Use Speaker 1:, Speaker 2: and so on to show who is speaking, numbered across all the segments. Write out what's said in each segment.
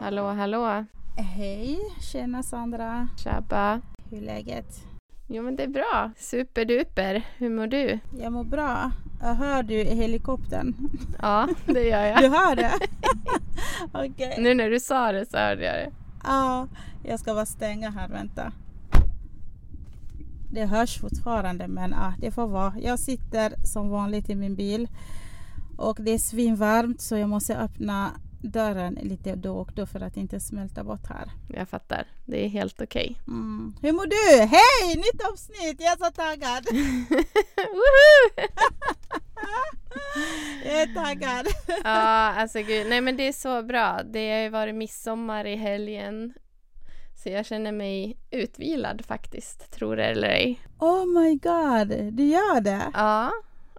Speaker 1: Hallå, hallå.
Speaker 2: Hej, tjena Sandra.
Speaker 1: Tjabba.
Speaker 2: Hur är läget?
Speaker 1: Jo, men det är bra. Superduper. Hur mår du?
Speaker 2: Jag mår bra. Jag hör du i helikoptern?
Speaker 1: Ja, det gör jag.
Speaker 2: Du hör det? Okej.
Speaker 1: Nu när du sa det så hörde jag det.
Speaker 2: Ja, jag ska bara stänga här, vänta. Det hörs fortfarande men ja, det får vara. Jag sitter som vanligt i min bil och det är svinvarmt så jag måste öppna dörren lite då och då för att inte smälta bort här.
Speaker 1: Jag fattar. Det är helt okej.
Speaker 2: Mm. Hur mår du? Hej! Nytt avsnitt! Jag är så taggad!
Speaker 1: Woho!
Speaker 2: Jag är taggad!
Speaker 1: ja, alltså gud. Nej, men det är så bra. Det har ju varit midsommar i helgen. Så jag känner mig utvilad faktiskt, tror det eller ej.
Speaker 2: Oh my god, du gör det?
Speaker 1: Ja.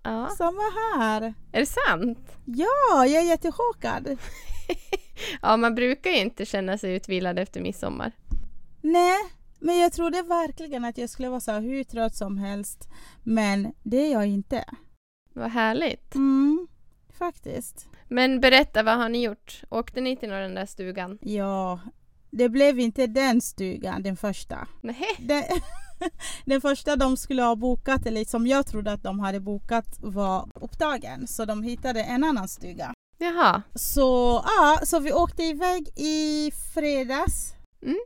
Speaker 1: Ja.
Speaker 2: Samma här!
Speaker 1: Är det sant?
Speaker 2: Ja, jag är jättechockad!
Speaker 1: Ja, man brukar ju inte känna sig utvilad efter midsommar.
Speaker 2: Nej, men jag trodde verkligen att jag skulle vara så här hur trött som helst. Men det är jag inte.
Speaker 1: Vad härligt.
Speaker 2: Mm, faktiskt.
Speaker 1: Men berätta, vad har ni gjort? Åkte ni till den där stugan?
Speaker 2: Ja, det blev inte den stugan, den första.
Speaker 1: Nej.
Speaker 2: Den, den första de skulle ha bokat, eller som jag trodde att de hade bokat, var upptagen. Så de hittade en annan stuga.
Speaker 1: Jaha.
Speaker 2: Så, ja, så vi åkte iväg i fredags.
Speaker 1: Mm.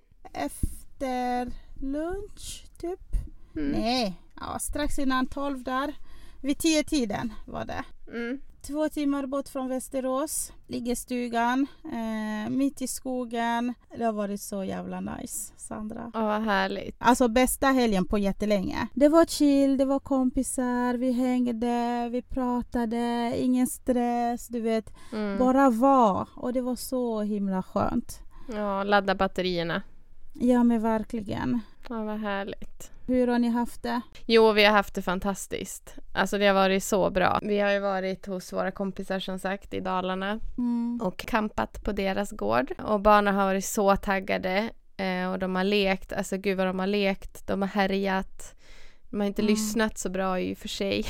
Speaker 2: Efter lunch, typ.
Speaker 1: Mm.
Speaker 2: Nej, ja, strax innan tolv där. Vid tio tiden var det.
Speaker 1: Mm.
Speaker 2: Två timmar bort från Västerås ligger stugan, eh, mitt i skogen. Det har varit så jävla nice, Sandra.
Speaker 1: Åh, vad härligt.
Speaker 2: Alltså bästa helgen på jättelänge. Det var chill, det var kompisar, vi hängde, vi pratade, ingen stress, du vet.
Speaker 1: Mm.
Speaker 2: Bara var. Och det var så himla skönt.
Speaker 1: Ja, ladda batterierna.
Speaker 2: Ja men verkligen.
Speaker 1: Ja, vad härligt.
Speaker 2: Hur har ni haft det?
Speaker 1: Jo, vi har haft det fantastiskt. Alltså det har varit så bra. Vi har ju varit hos våra kompisar som sagt i Dalarna
Speaker 2: Mm.
Speaker 1: och kampat på deras gård. Och barnen har varit så taggade eh, och de har lekt, alltså gud vad de har lekt, de har härjat. De har inte
Speaker 2: Mm.
Speaker 1: lyssnat så bra i och för sig.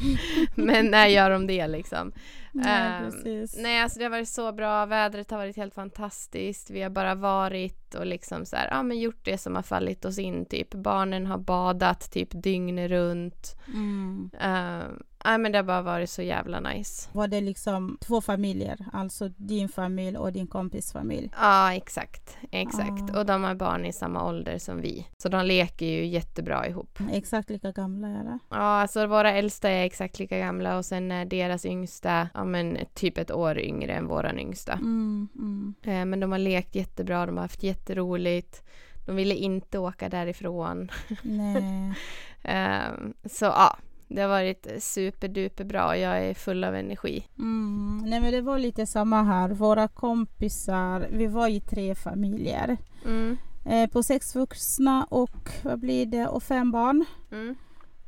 Speaker 1: Men när gör de det liksom?
Speaker 2: Nej,
Speaker 1: Ehm,
Speaker 2: precis.
Speaker 1: Nej, alltså det har varit så bra. Vädret har varit helt fantastiskt. Vi har bara varit och liksom så här, ja men gjort det som har fallit oss in typ. Barnen har badat typ dygnet runt.
Speaker 2: Mm.
Speaker 1: Eh, Nej men det har bara varit så jävla nice.
Speaker 2: Var det liksom två familjer? Alltså din familj och din kompis familj?
Speaker 1: Ja, exakt. Exakt.
Speaker 2: Ah.
Speaker 1: Och de har barn i samma ålder som vi. Så de leker ju jättebra ihop.
Speaker 2: Exakt lika gamla eller?
Speaker 1: Ja, alltså våra äldsta är exakt lika gamla och sen är deras yngsta, ja men typ ett år yngre än våran yngsta.
Speaker 2: Mm, mm.
Speaker 1: Eh, Men de har lekt jättebra, de har haft jätteroligt. De ville inte åka därifrån.
Speaker 2: Nej.
Speaker 1: Eh, Så ja, det har varit superduper bra. Jag är full av energi.
Speaker 2: Mm. Nej men det var lite samma här. Våra kompisar, vi var i tre familjer.
Speaker 1: Mm.
Speaker 2: Eh, på sex vuxna och vad blir det? Och fem barn.
Speaker 1: Mm.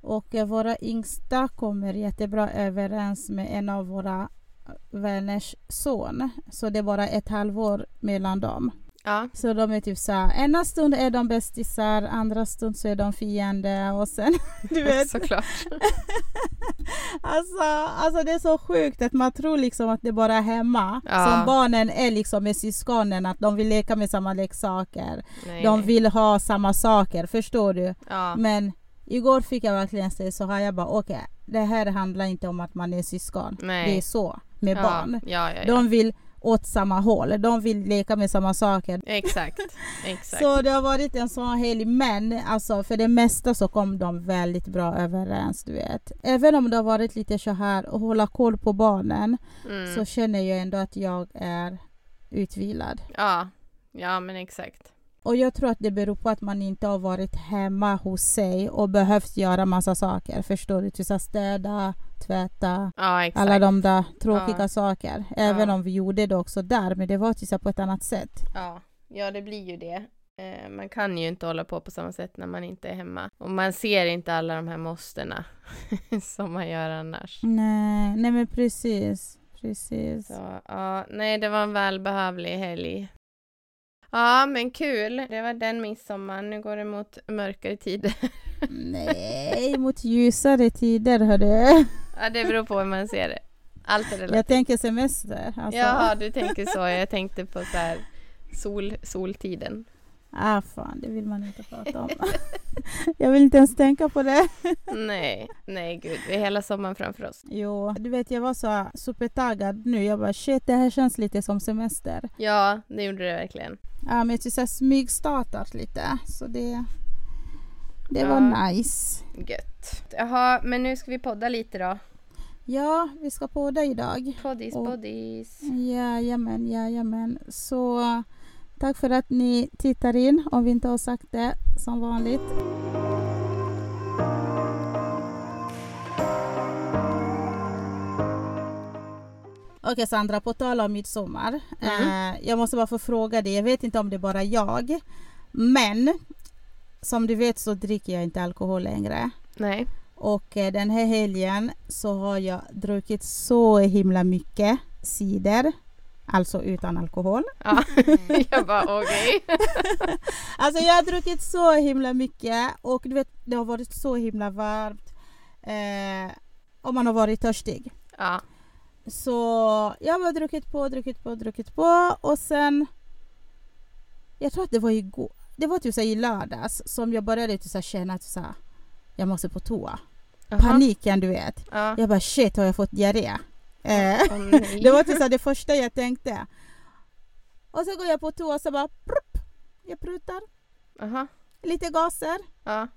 Speaker 2: Och eh, våra yngsta kommer jättebra överens med en av våra vänners son. Så det är bara ett halvår mellan dem.
Speaker 1: Ja.
Speaker 2: Så de är typ så här, ena stund är de bästisar, andra stund så är de fiende och sen du vet.
Speaker 1: Såklart.
Speaker 2: Alltså, alltså det är så sjukt att man tror liksom att det bara är hemma
Speaker 1: Ja.
Speaker 2: som barnen är liksom med syskonen, att de vill leka med samma leksaker.
Speaker 1: Nej,
Speaker 2: De
Speaker 1: nej.
Speaker 2: vill ha samma saker, förstår du?
Speaker 1: Ja.
Speaker 2: Men igår fick jag verkligen säga så här, jag bara okej, det här handlar inte om att man är syskon.
Speaker 1: Nej.
Speaker 2: Det är så med
Speaker 1: ja.
Speaker 2: barn.
Speaker 1: Ja, ja, ja.
Speaker 2: De vill åt samma håll, de vill leka med samma saker.
Speaker 1: Exakt. Exakt.
Speaker 2: Så det har varit en sån helg, men alltså för det mesta så kom de väldigt bra överens, du vet. Även om det har varit lite så här och hålla koll på barnen
Speaker 1: Mm.
Speaker 2: så känner jag ändå att jag är utvilad.
Speaker 1: Ja. ja, men exakt.
Speaker 2: Och jag tror att det beror på att man inte har varit hemma hos sig och behövt göra massa saker. Förstår du? Typ så här städa, tvätta,
Speaker 1: Ja, exakt.
Speaker 2: alla de där tråkiga
Speaker 1: Ja.
Speaker 2: saker. Även
Speaker 1: Ja.
Speaker 2: om vi gjorde det också där, men det var typ så här på ett annat sätt.
Speaker 1: Ja, ja det blir ju det. Eh, Man kan ju inte hålla på på samma sätt när man inte är hemma. Och man ser inte alla de här måstena som man gör annars.
Speaker 2: Mm. Nej, nej men precis. Precis.
Speaker 1: Så, ja, nej, det var en välbehövlig helg. Ja, men kul. Det var den midsommaren. Nu går det mot mörkare tider.
Speaker 2: Nej, mot ljusare tider hörru.
Speaker 1: Ja, det beror på hur man ser det. Allt är relativt.
Speaker 2: Jag tänker semester. Alltså.
Speaker 1: Jaha, du tänker så. Jag tänkte på så här Sol, soltiden.
Speaker 2: Ah fan, det vill man inte prata om. jag vill inte ens tänka på det.
Speaker 1: Nej, nej gud. Vi har hela sommaren framför oss.
Speaker 2: Jo, du vet jag var så supertaggad nu. Jag bara shit, det här känns lite som semester.
Speaker 1: Ja, det gjorde det verkligen.
Speaker 2: Ja, men jag tycker så här smygstartat lite. Så det, det
Speaker 1: Ja.
Speaker 2: var nice.
Speaker 1: Gött. Jaha, men nu ska vi podda lite då.
Speaker 2: Ja, vi ska podda idag.
Speaker 1: Poddis,
Speaker 2: Och-
Speaker 1: poddis.
Speaker 2: Jajamän, jajamän. Så tack för att ni tittar in om vi inte har sagt det som vanligt. Okej Sandra, på tal om midsommar. Eh, jag måste bara få fråga dig, jag vet inte om det är bara jag. Men som du vet så dricker jag inte alkohol längre.
Speaker 1: Nej.
Speaker 2: Och eh, den här helgen så har jag druckit så himla mycket cider. Alltså utan alkohol.
Speaker 1: Ja. jag bara okej.
Speaker 2: Alltså jag har druckit så himla mycket och du vet det har varit så himla varmt. Eh, och man har varit törstig.
Speaker 1: Ja.
Speaker 2: Så jag har bara druckit på, druckit på, druckit på och sen... Jag tror att det var igår. Det var typ så här i lördags som jag började typ så här känna att så här, jag måste på toa.
Speaker 1: Jaha.
Speaker 2: Paniken du vet.
Speaker 1: Ja.
Speaker 2: Jag bara shit, har jag fått diarré? Eh,
Speaker 1: Åh, nej.
Speaker 2: det var typ så här det första jag tänkte. Och så går jag på toa och så bara prupp, jag prutar
Speaker 1: Jaha.
Speaker 2: lite gaser.
Speaker 1: Ja.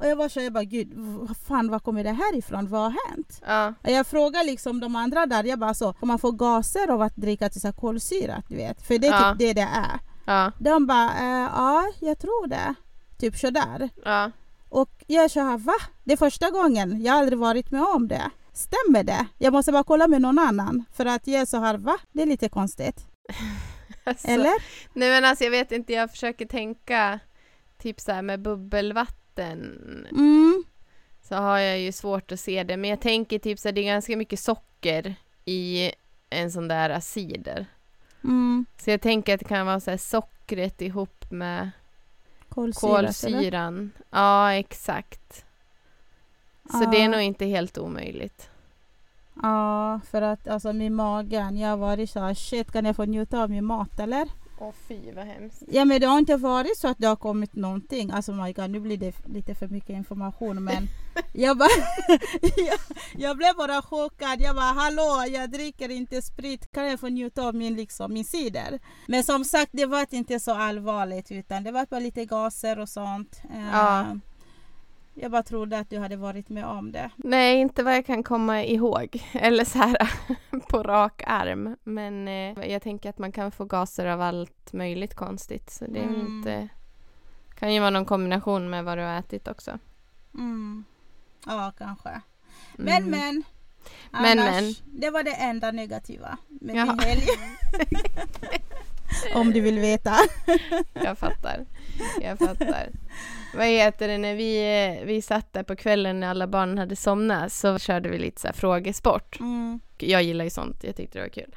Speaker 2: Och jag bara så här, jag bara gud, vad fan var kommer det här ifrån? Vad har hänt?
Speaker 1: Ja.
Speaker 2: Och jag frågar liksom de andra där, jag bara så, kan man få gaser av att dricka till så här kolsyrat du vet? För det är
Speaker 1: Ja.
Speaker 2: typ det det är.
Speaker 1: Ja.
Speaker 2: De bara, eh, ja jag tror det. Typ sådär.
Speaker 1: Ja.
Speaker 2: Och jag så här, va? Det är första gången, jag har aldrig varit med om det. Stämmer det? Jag måste bara kolla med någon annan. För att jag är så här, va? Det är lite konstigt.
Speaker 1: Alltså,
Speaker 2: Eller?
Speaker 1: Nej men alltså jag vet inte, jag försöker tänka typ så här med bubbelvatten
Speaker 2: Mm.
Speaker 1: så har jag ju svårt att se det. Men jag tänker typ så här, det är ganska mycket socker i en sån där cider.
Speaker 2: Mm.
Speaker 1: Så jag tänker att det kan vara så här sockret ihop med
Speaker 2: Kolsyrat, eller?
Speaker 1: kolsyran. Ja, exakt. Så
Speaker 2: Ja.
Speaker 1: det är nog inte helt omöjligt.
Speaker 2: Ja, för att alltså min magen, jag har varit så här, shit kan jag få njuta av min mat eller?
Speaker 1: Åh fy vad hemskt.
Speaker 2: Ja men det har inte varit så att det har kommit någonting. Alltså my god, nu blir det lite för mycket information men jag bara, jag, jag blev bara chockad. Jag bara, hallå jag dricker inte sprit, kan jag få njuta av min liksom, min cider? Men som sagt det var inte så allvarligt utan det var bara lite gaser och sånt. Eh,
Speaker 1: Ja.
Speaker 2: Jag bara trodde att du hade varit med om det.
Speaker 1: Nej, inte vad jag kan komma ihåg. Eller så här på rak arm. Men eh, jag tänker att man kan få gaser av allt möjligt konstigt. Så det är väl
Speaker 2: Mm.
Speaker 1: inte... kan ju vara någon kombination med vad du har ätit också.
Speaker 2: Mm. Ja kanske.
Speaker 1: Mm.
Speaker 2: Men men.
Speaker 1: Men,
Speaker 2: Annars, Det var det enda negativa med min
Speaker 1: Jaha.
Speaker 2: helg. Om du vill veta.
Speaker 1: Jag fattar. Jag fattar. Vad heter det, när vi, eh, vi satt där på kvällen när alla barnen hade somnat så körde vi lite så här frågesport.
Speaker 2: Mm.
Speaker 1: Jag gillar ju sånt, jag tyckte det var kul.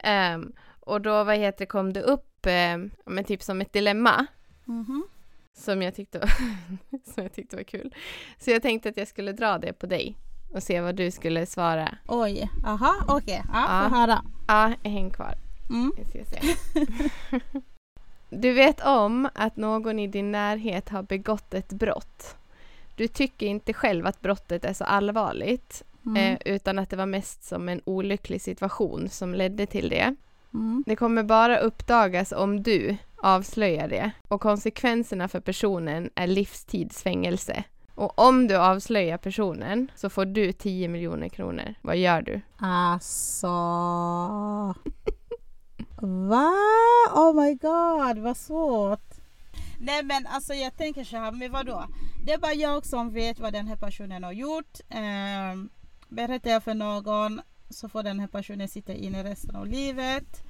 Speaker 1: Ehm, och då, vad heter det, kom det upp, eh, men typ som ett dilemma
Speaker 2: Mhm.
Speaker 1: som jag, tyckte var, som jag tyckte var kul. Så jag tänkte att jag skulle dra det på dig och se vad du skulle svara.
Speaker 2: Oj, aha, okej. Ja,
Speaker 1: Ja.
Speaker 2: få höra.
Speaker 1: Ja, häng kvar.
Speaker 2: Mm.
Speaker 1: Vi ska se. Du vet om att någon i din närhet har begått ett brott. Du tycker inte själv att brottet är så allvarligt
Speaker 2: Mm.
Speaker 1: eh, utan att det var mest som en olycklig situation som ledde till det.
Speaker 2: Mm.
Speaker 1: Det kommer bara uppdagas om du avslöjar det och konsekvenserna för personen är livstidsfängelse. Och om du avslöjar personen så får du 10 miljoner kronor. Vad gör du?
Speaker 2: Alltså. Va? Oh my god, vad svårt. Nej men alltså jag tänker så här, men vadå? Det är bara jag som vet vad den här personen har gjort. Ehm, berättar jag för någon så får den här personen sitta inne resten av livet.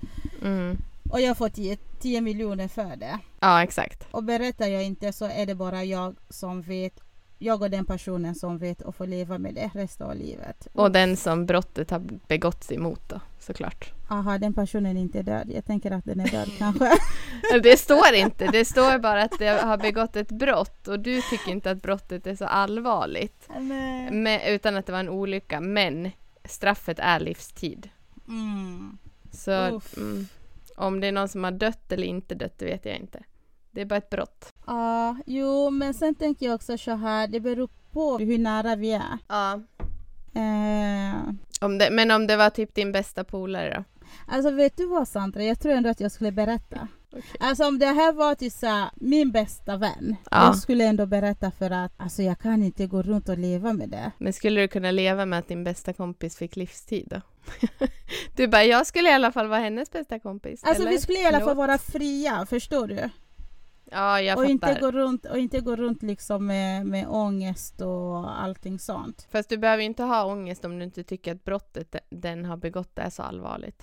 Speaker 1: Mm.
Speaker 2: Och jag får 10, 10 miljoner för det.
Speaker 1: Ja, exakt.
Speaker 2: Och berättar jag inte så är det bara jag som vet. Jag och den personen som vet och får leva med det resten av livet.
Speaker 1: Och den som brottet har begåtts emot då, såklart.
Speaker 2: Aha, den personen är inte död. Jag tänker att den är död kanske.
Speaker 1: Det står inte, det står bara att det har begått ett brott och du tycker inte att brottet är så allvarligt.
Speaker 2: Nej.
Speaker 1: Men, utan att det var en olycka, men straffet är livstid.
Speaker 2: Mm.
Speaker 1: Så,
Speaker 2: Uff.
Speaker 1: mm, Om det är någon som har dött eller inte dött, det vet jag inte. Det är bara ett brott.
Speaker 2: Ja, jo, men sen tänker jag också så här, det beror på hur nära vi är.
Speaker 1: Ja.
Speaker 2: Eh,
Speaker 1: Om det, men om det var typ din bästa polare då?
Speaker 2: alltså vet du vad Sandra, jag tror ändå att jag skulle berätta.
Speaker 1: Okej.
Speaker 2: Alltså om det här var typ så här, min bästa vän,
Speaker 1: Ja.
Speaker 2: jag skulle ändå berätta för att alltså jag kan inte gå runt och leva med det.
Speaker 1: Men skulle du kunna leva med att din bästa kompis fick livstid då? du bara, jag skulle i alla fall vara hennes bästa kompis.
Speaker 2: Alltså
Speaker 1: eller?
Speaker 2: vi skulle i alla fall
Speaker 1: Förlåt.
Speaker 2: vara fria, förstår du?
Speaker 1: Ja, jag
Speaker 2: Och
Speaker 1: fattar.
Speaker 2: inte, gå runt, och inte gå runt liksom med, med ångest och allting sånt.
Speaker 1: Fast du behöver ju inte ha ångest om du inte tycker att brottet den har begått är så allvarligt.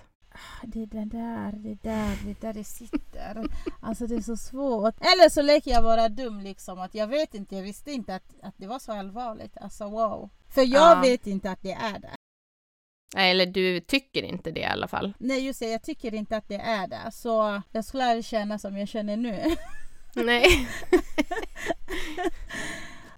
Speaker 2: Det är det där, det är där, det är där det sitter. Alltså det är så svårt. Eller så leker jag vara dum liksom. Att jag vet inte, jag visste inte att, att det var så allvarligt. Alltså wow. För jag
Speaker 1: Ja.
Speaker 2: vet inte att det är det.
Speaker 1: Nej, eller du tycker inte det i alla fall.
Speaker 2: Nej just det, jag tycker inte att det är det. Så jag skulle aldrig känna som jag känner nu.
Speaker 1: Nej.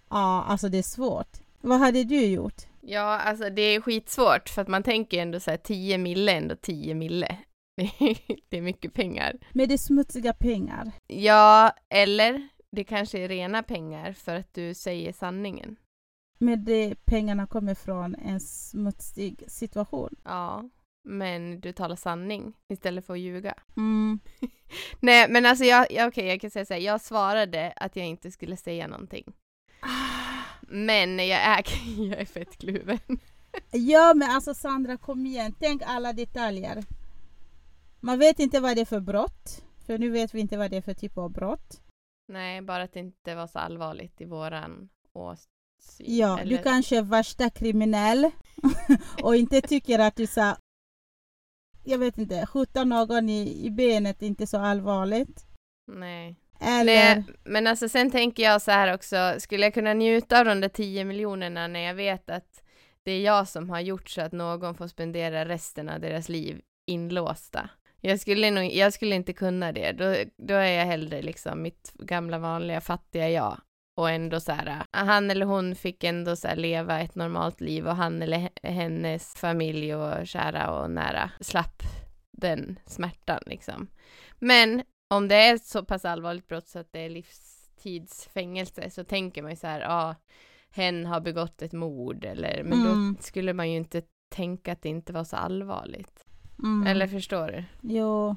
Speaker 2: Ja, alltså det är svårt. Vad hade du gjort?
Speaker 1: Ja, alltså det är skitsvårt för att man tänker ju ändå så här 10 mille är ändå 10 mille. det är mycket pengar.
Speaker 2: Med det är smutsiga pengar.
Speaker 1: Ja, eller det kanske är rena pengar för att du säger sanningen.
Speaker 2: Med det pengarna kommer från en smutsig situation.
Speaker 1: Ja, men du talar sanning istället för att ljuga.
Speaker 2: Mm.
Speaker 1: Nej, men alltså jag, jag, okej, jag kan säga så här, jag svarade att jag inte skulle säga någonting. Men jag är, jag är fett kluven.
Speaker 2: Ja men alltså Sandra kom igen, tänk alla detaljer. Man vet inte vad det är för brott, för nu vet vi inte vad det är för typ av brott.
Speaker 1: Nej, bara att det inte var så allvarligt i våran åsyn.
Speaker 2: Ja, du kanske är värsta kriminell och inte tycker att du sa jag vet inte, skjuta någon i, i benet är inte så allvarligt.
Speaker 1: Nej.
Speaker 2: Eller,
Speaker 1: Nej, men alltså sen tänker jag så här också, skulle jag kunna njuta av de där 10 miljonerna när jag vet att det är jag som har gjort så att någon får spendera resten av deras liv inlåsta? Jag skulle, nog, jag skulle inte kunna det, då, då är jag hellre liksom mitt gamla vanliga fattiga jag. Och ändå så här, äh, han eller hon fick ändå så här leva ett normalt liv och han eller he- hennes familj och kära och nära slapp den smärtan liksom. Men om det är ett så pass allvarligt brott så att det är livstidsfängelse så tänker man ju så här, ja, ah, hen har begått ett mord eller, men
Speaker 2: Mm.
Speaker 1: då skulle man ju inte tänka att det inte var så allvarligt.
Speaker 2: mm,
Speaker 1: Eller förstår du?
Speaker 2: jo,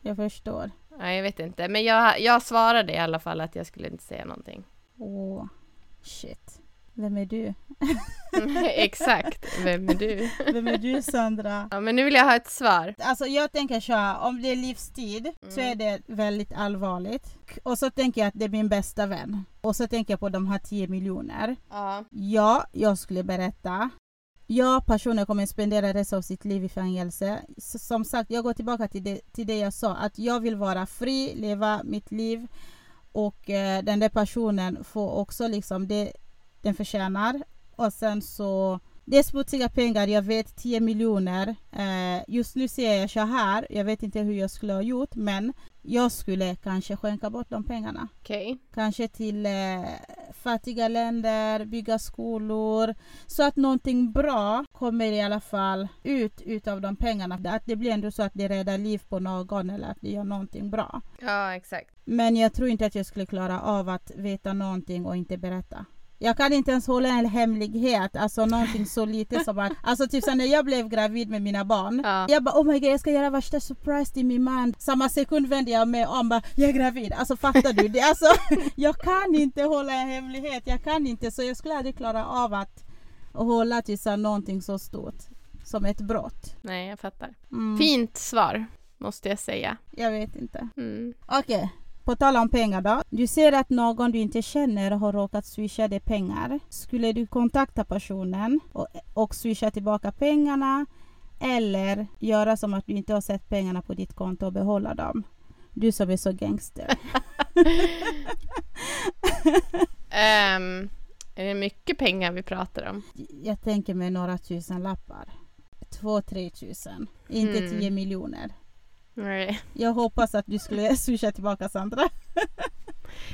Speaker 2: jag förstår.
Speaker 1: Ja, jag vet inte, men jag, jag svarade i alla fall att jag skulle inte säga någonting.
Speaker 2: Åh, shit. Vem är du?
Speaker 1: Exakt, vem är du?
Speaker 2: Vem är du Sandra?
Speaker 1: Ja, men nu vill jag ha ett svar.
Speaker 2: Alltså jag tänker så här, om det är livstid så
Speaker 1: Mm.
Speaker 2: är det väldigt allvarligt. Och så tänker jag att det är min bästa vän. Och så tänker jag på de här 10 miljoner.
Speaker 1: Ja.
Speaker 2: Ja, jag skulle berätta. Jag personen kommer spendera resten av sitt liv i fängelse. S- Som sagt, jag går tillbaka till det, till det jag sa, att jag vill vara fri, leva mitt liv och eh, den där personen får också liksom det den förtjänar. Och sen så, det är smutsiga pengar, jag vet 10 miljoner. Eh, just nu ser jag så här, jag vet inte hur jag skulle ha gjort men jag skulle kanske skänka bort de pengarna.
Speaker 1: Okej.
Speaker 2: Kanske till eh, fattiga länder, bygga skolor. Så att någonting bra kommer i alla fall ut utav de pengarna. Att det blir ändå så att det räddar liv på någon eller att det gör någonting bra.
Speaker 1: Ja, exakt.
Speaker 2: Men jag tror inte att jag skulle klara av att veta någonting och inte berätta. Jag kan inte ens hålla en hemlighet, alltså någonting så lite som att... Alltså typ så när jag blev gravid med mina barn.
Speaker 1: Ja.
Speaker 2: Jag bara oh my god jag ska göra värsta surprise till min man. Samma sekund vänder jag mig om bara jag är gravid. Alltså fattar du? Det, är alltså, jag kan inte hålla en hemlighet. Jag kan inte så jag skulle aldrig klara av att hålla till så någonting så stort som ett brott.
Speaker 1: Nej, jag fattar.
Speaker 2: Mm,
Speaker 1: Fint svar, måste jag säga.
Speaker 2: jag vet inte.
Speaker 1: Mm.
Speaker 2: Okej, på tal om pengar då. Du ser att någon du inte känner har råkat swisha dig pengar. Skulle du kontakta personen och, och swisha tillbaka pengarna eller göra som att du inte har sett pengarna på ditt konto och behålla dem? Du som är så gangster.
Speaker 1: Ehm, är det mycket pengar vi pratar om?
Speaker 2: Jag tänker mig några tusen lappar. Två, tre tusen. Inte
Speaker 1: Mm.
Speaker 2: tio miljoner.
Speaker 1: Nej.
Speaker 2: Jag hoppas att du skulle swisha tillbaka Sandra.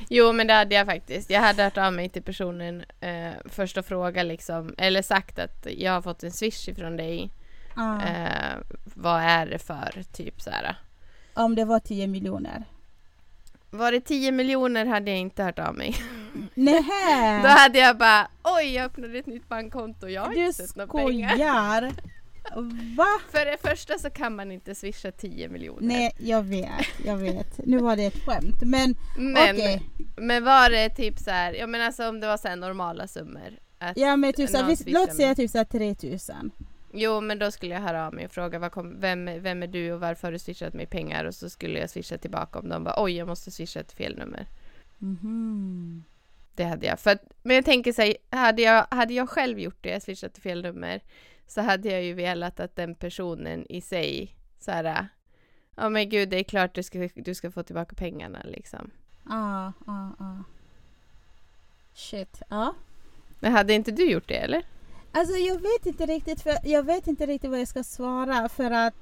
Speaker 1: Jo, men det hade jag faktiskt. Jag hade hört av mig till personen eh, först och frågat liksom, eller sagt att jag har fått en swish ifrån dig.
Speaker 2: Ah.
Speaker 1: Eh, vad är det för typ så här?
Speaker 2: Om det var 10 miljoner.
Speaker 1: Var det 10 miljoner hade jag inte hört av mig.
Speaker 2: Nähä!
Speaker 1: Då hade jag bara oj, jag öppnade ett nytt bankkonto, jag har
Speaker 2: Du
Speaker 1: inte sett några pengar.
Speaker 2: skojar! Va?
Speaker 1: För det första så kan man inte swisha 10 miljoner.
Speaker 2: Nej, jag vet, jag vet. Nu var det ett skämt. Men
Speaker 1: men,
Speaker 2: okej,
Speaker 1: men var det typ så här, jag menar alltså om det var så här normala summor. Att,
Speaker 2: ja, men typ så,
Speaker 1: någon
Speaker 2: vi,
Speaker 1: swishar
Speaker 2: låt säga
Speaker 1: mig.
Speaker 2: typ så här 3000.
Speaker 1: Jo men då skulle jag höra av mig och fråga vad kom, vem, vem är du och varför har du swishat mig pengar och så skulle jag swisha tillbaka om de bara oj jag måste swisha ett fel nummer.
Speaker 2: Mhm.
Speaker 1: Det hade jag. För att, men jag tänker så här, hade jag, hade jag själv gjort det, swishat till fel nummer, så hade jag ju velat att den personen i sig så här, ja men gud det är klart du ska, du ska få tillbaka pengarna liksom.
Speaker 2: Ja, ja, ja. Shit, ja.
Speaker 1: Men hade inte du gjort det eller?
Speaker 2: Alltså jag vet inte riktigt för jag vet inte riktigt vad jag ska svara för att...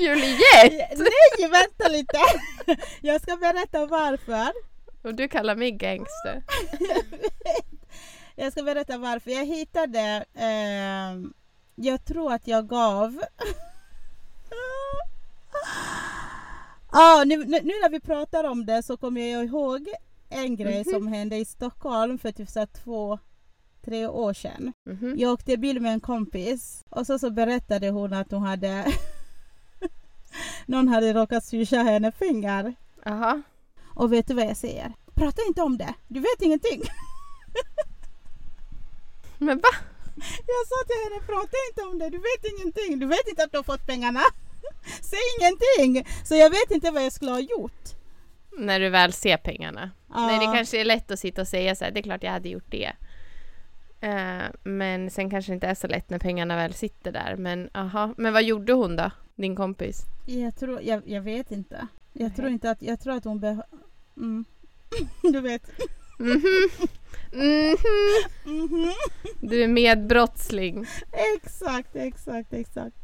Speaker 1: Juliette!
Speaker 2: Nej, vänta lite! Jag ska berätta varför.
Speaker 1: Och du kallar mig gangster.
Speaker 2: Jag ska berätta varför. Jag hittade... ehm, jag tror att jag gav... ah, nu, nu nu när vi pratar om det så kommer jag ihåg en grej som hände i Stockholm för typ så här två, tre år sedan.
Speaker 1: Mhm.
Speaker 2: Jag åkte bil med en kompis och så, så berättade hon att hon hade någon hade råkat swisha henne pengar.
Speaker 1: Aha.
Speaker 2: Och vet du vad jag säger? Prata inte om det, du vet ingenting.
Speaker 1: Men va?
Speaker 2: Jag sa till henne, prata inte om det, du vet ingenting. Du vet inte att du har fått pengarna. Säg ingenting! Så jag vet inte vad jag skulle ha gjort.
Speaker 1: När du väl ser pengarna.
Speaker 2: Ja.
Speaker 1: Nej, det kanske är lätt att sitta och säga så här, det är klart jag hade gjort det. Eh, men sen kanske det inte är så lätt när pengarna väl sitter där. Men aha, men vad gjorde hon då? Din kompis?
Speaker 2: jag, tror, jag, jag vet inte. Jag
Speaker 1: Nej.
Speaker 2: tror inte att, jag tror att hon behöver... Mm. Du vet.
Speaker 1: Mhm. Mhm.
Speaker 2: Mhm.
Speaker 1: Du är medbrottsling.
Speaker 2: Exakt, exakt, exakt.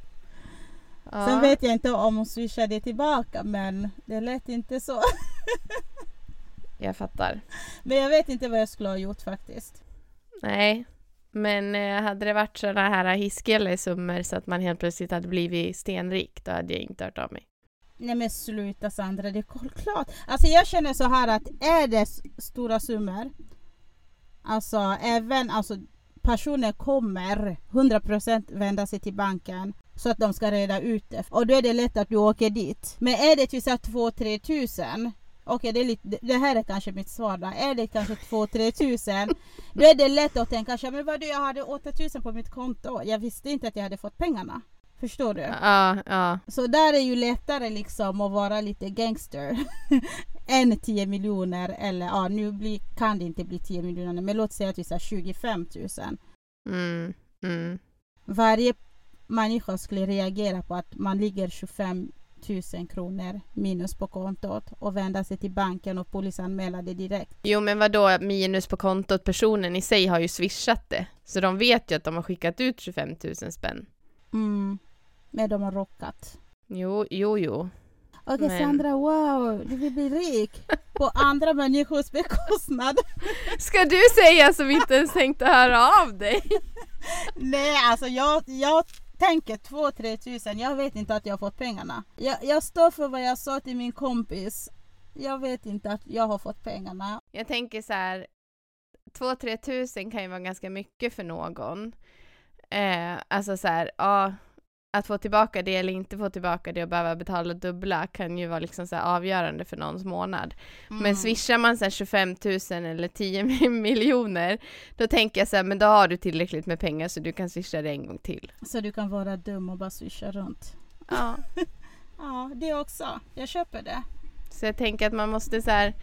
Speaker 1: Ja.
Speaker 2: Sen vet jag inte om hon swishade tillbaka men det lät inte så.
Speaker 1: Jag fattar.
Speaker 2: Men jag vet inte vad jag skulle ha gjort faktiskt.
Speaker 1: Nej, men eh, hade det varit sådana här hiskeliga summor så att man helt plötsligt hade blivit stenrik, då hade jag inte hört av mig.
Speaker 2: Nej men sluta Sandra, det är klart. Alltså jag känner så här att är det s- stora summor, alltså även alltså, personer kommer 100% vända sig till banken så att de ska reda ut det. Och då är det lätt att du åker dit. Men är det till 2-3 tusen, okej det, är lite- det här är kanske mitt svar då. Är det kanske 2-3 tusen, då är det lätt att tänka, "Tja, men vadå jag hade 8 tusen på mitt konto, jag visste inte att jag hade fått pengarna. Förstår du?
Speaker 1: Ja, ja.
Speaker 2: Så där är ju lättare liksom att vara lite gangster än 10 miljoner eller ja, nu blir, kan det inte bli 10 miljoner men låt säga att vi säger 25 000.
Speaker 1: Mm, mm.
Speaker 2: Varje människa skulle reagera på att man ligger 25 000 kronor minus på kontot och vända sig till banken och polisanmäla det direkt.
Speaker 1: Jo men vadå minus på kontot, personen i sig har ju swishat det. Så de vet ju att de har skickat ut 25 000 spänn.
Speaker 2: Mm. Men de har rockat.
Speaker 1: Jo, jo, jo.
Speaker 2: Okej
Speaker 1: Men-
Speaker 2: Sandra, wow, du vill bli rik på andra människors bekostnad.
Speaker 1: Ska du säga som inte ens tänkte höra av dig?
Speaker 2: Nej, alltså jag, jag tänker 2-3 tusen. Jag vet inte att jag har fått pengarna. Jag, jag står för vad jag sa till min kompis. Jag vet inte att jag har fått pengarna.
Speaker 1: Jag tänker så här, 2-3 tusen kan ju vara ganska mycket för någon. Eh, alltså så här, ja, att få tillbaka det eller inte få tillbaka det och behöva betala dubbla kan ju vara liksom så här avgörande för någons månad.
Speaker 2: Mm.
Speaker 1: Men swishar man så här 25 000 eller 10 mil- miljoner, då tänker jag så här, men då har du tillräckligt med pengar så du kan swisha det en gång till.
Speaker 2: Så du kan vara dum och bara swisha runt.
Speaker 1: Ja.
Speaker 2: Ja, det också. Jag köper det.
Speaker 1: Så jag tänker att man måste så här,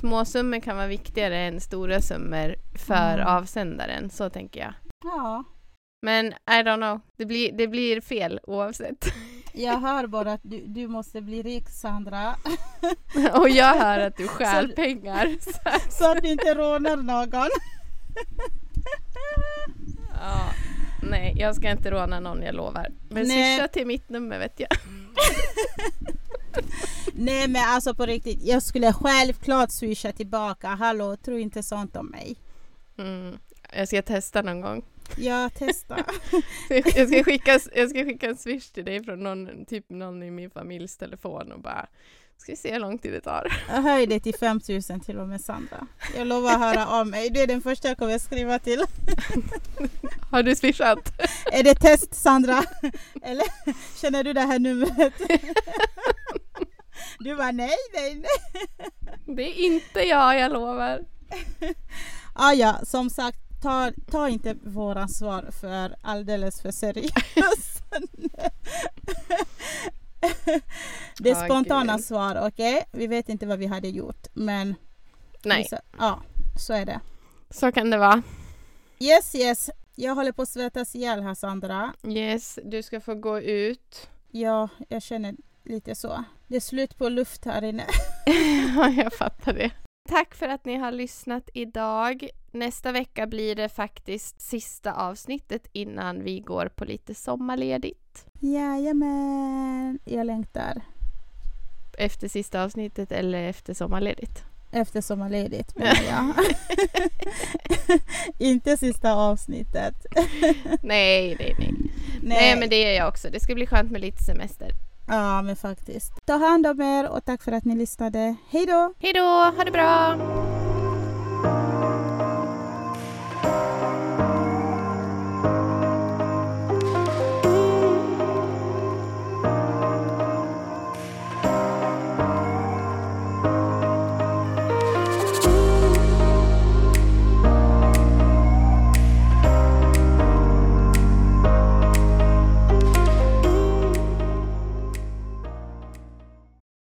Speaker 1: småsummor kan vara viktigare än stora summor för
Speaker 2: Mm.
Speaker 1: avsändaren, så tänker jag.
Speaker 2: Ja,
Speaker 1: Men I don't know, det blir, det blir fel oavsett.
Speaker 2: jag hör bara att du, du måste bli rik Sandra.
Speaker 1: Och jag hör att du stjäl
Speaker 2: Så-
Speaker 1: pengar. Så att,
Speaker 2: Så att du inte rånar någon.
Speaker 1: ja. Nej, jag ska inte råna någon, jag lovar. Men
Speaker 2: Nej.
Speaker 1: swisha till mitt nummer vet jag.
Speaker 2: Nej men alltså på riktigt, jag skulle självklart swisha tillbaka. Hallå, tro inte sånt om mig.
Speaker 1: Mm. Jag ska testa någon gång.
Speaker 2: Jag testar.
Speaker 1: Jag ska, skicka, jag ska skicka en swish till dig från någon, typ någon i min familjs telefon och bara Ska vi se hur lång tid det tar.
Speaker 2: Jag höjer det till 5000 till och med Sandra. Jag lovar att höra av mig. Du är den första jag kommer skriva till.
Speaker 1: Har du swishat?
Speaker 2: Är det test Sandra? Eller känner du det här numret? Du var nej, nej, nej.
Speaker 1: Det är inte jag, jag lovar.
Speaker 2: Ah, ja, som sagt, ta, ta inte våra svar för alldeles för seriöst. det är
Speaker 1: Ah,
Speaker 2: spontana
Speaker 1: gud.
Speaker 2: svar, okej? Vi vet inte vad vi hade gjort, men
Speaker 1: Nej,
Speaker 2: Så, ja, så är det.
Speaker 1: så kan det vara.
Speaker 2: Yes, yes. Jag håller på att svettas ihjäl här, Sandra.
Speaker 1: Yes, du ska få gå ut.
Speaker 2: Ja, jag känner lite så. Det är slut på luft här inne.
Speaker 1: Ja, jag fattar det. Tack för att ni har lyssnat idag. Nästa vecka blir det faktiskt sista avsnittet innan vi går på lite sommarledigt.
Speaker 2: Jajamän, jag längtar
Speaker 1: Efter sista avsnittet eller efter sommarledigt.
Speaker 2: efter sommarledigt. menar jag. Inte sista avsnittet.
Speaker 1: Nej, nej, nej. Nej, men det är jag också. Det ska bli skönt med lite semester.
Speaker 2: Ja, men faktiskt. Ta hand om er och tack för att ni lyssnade. Hej då!
Speaker 1: Hej då, ha det bra!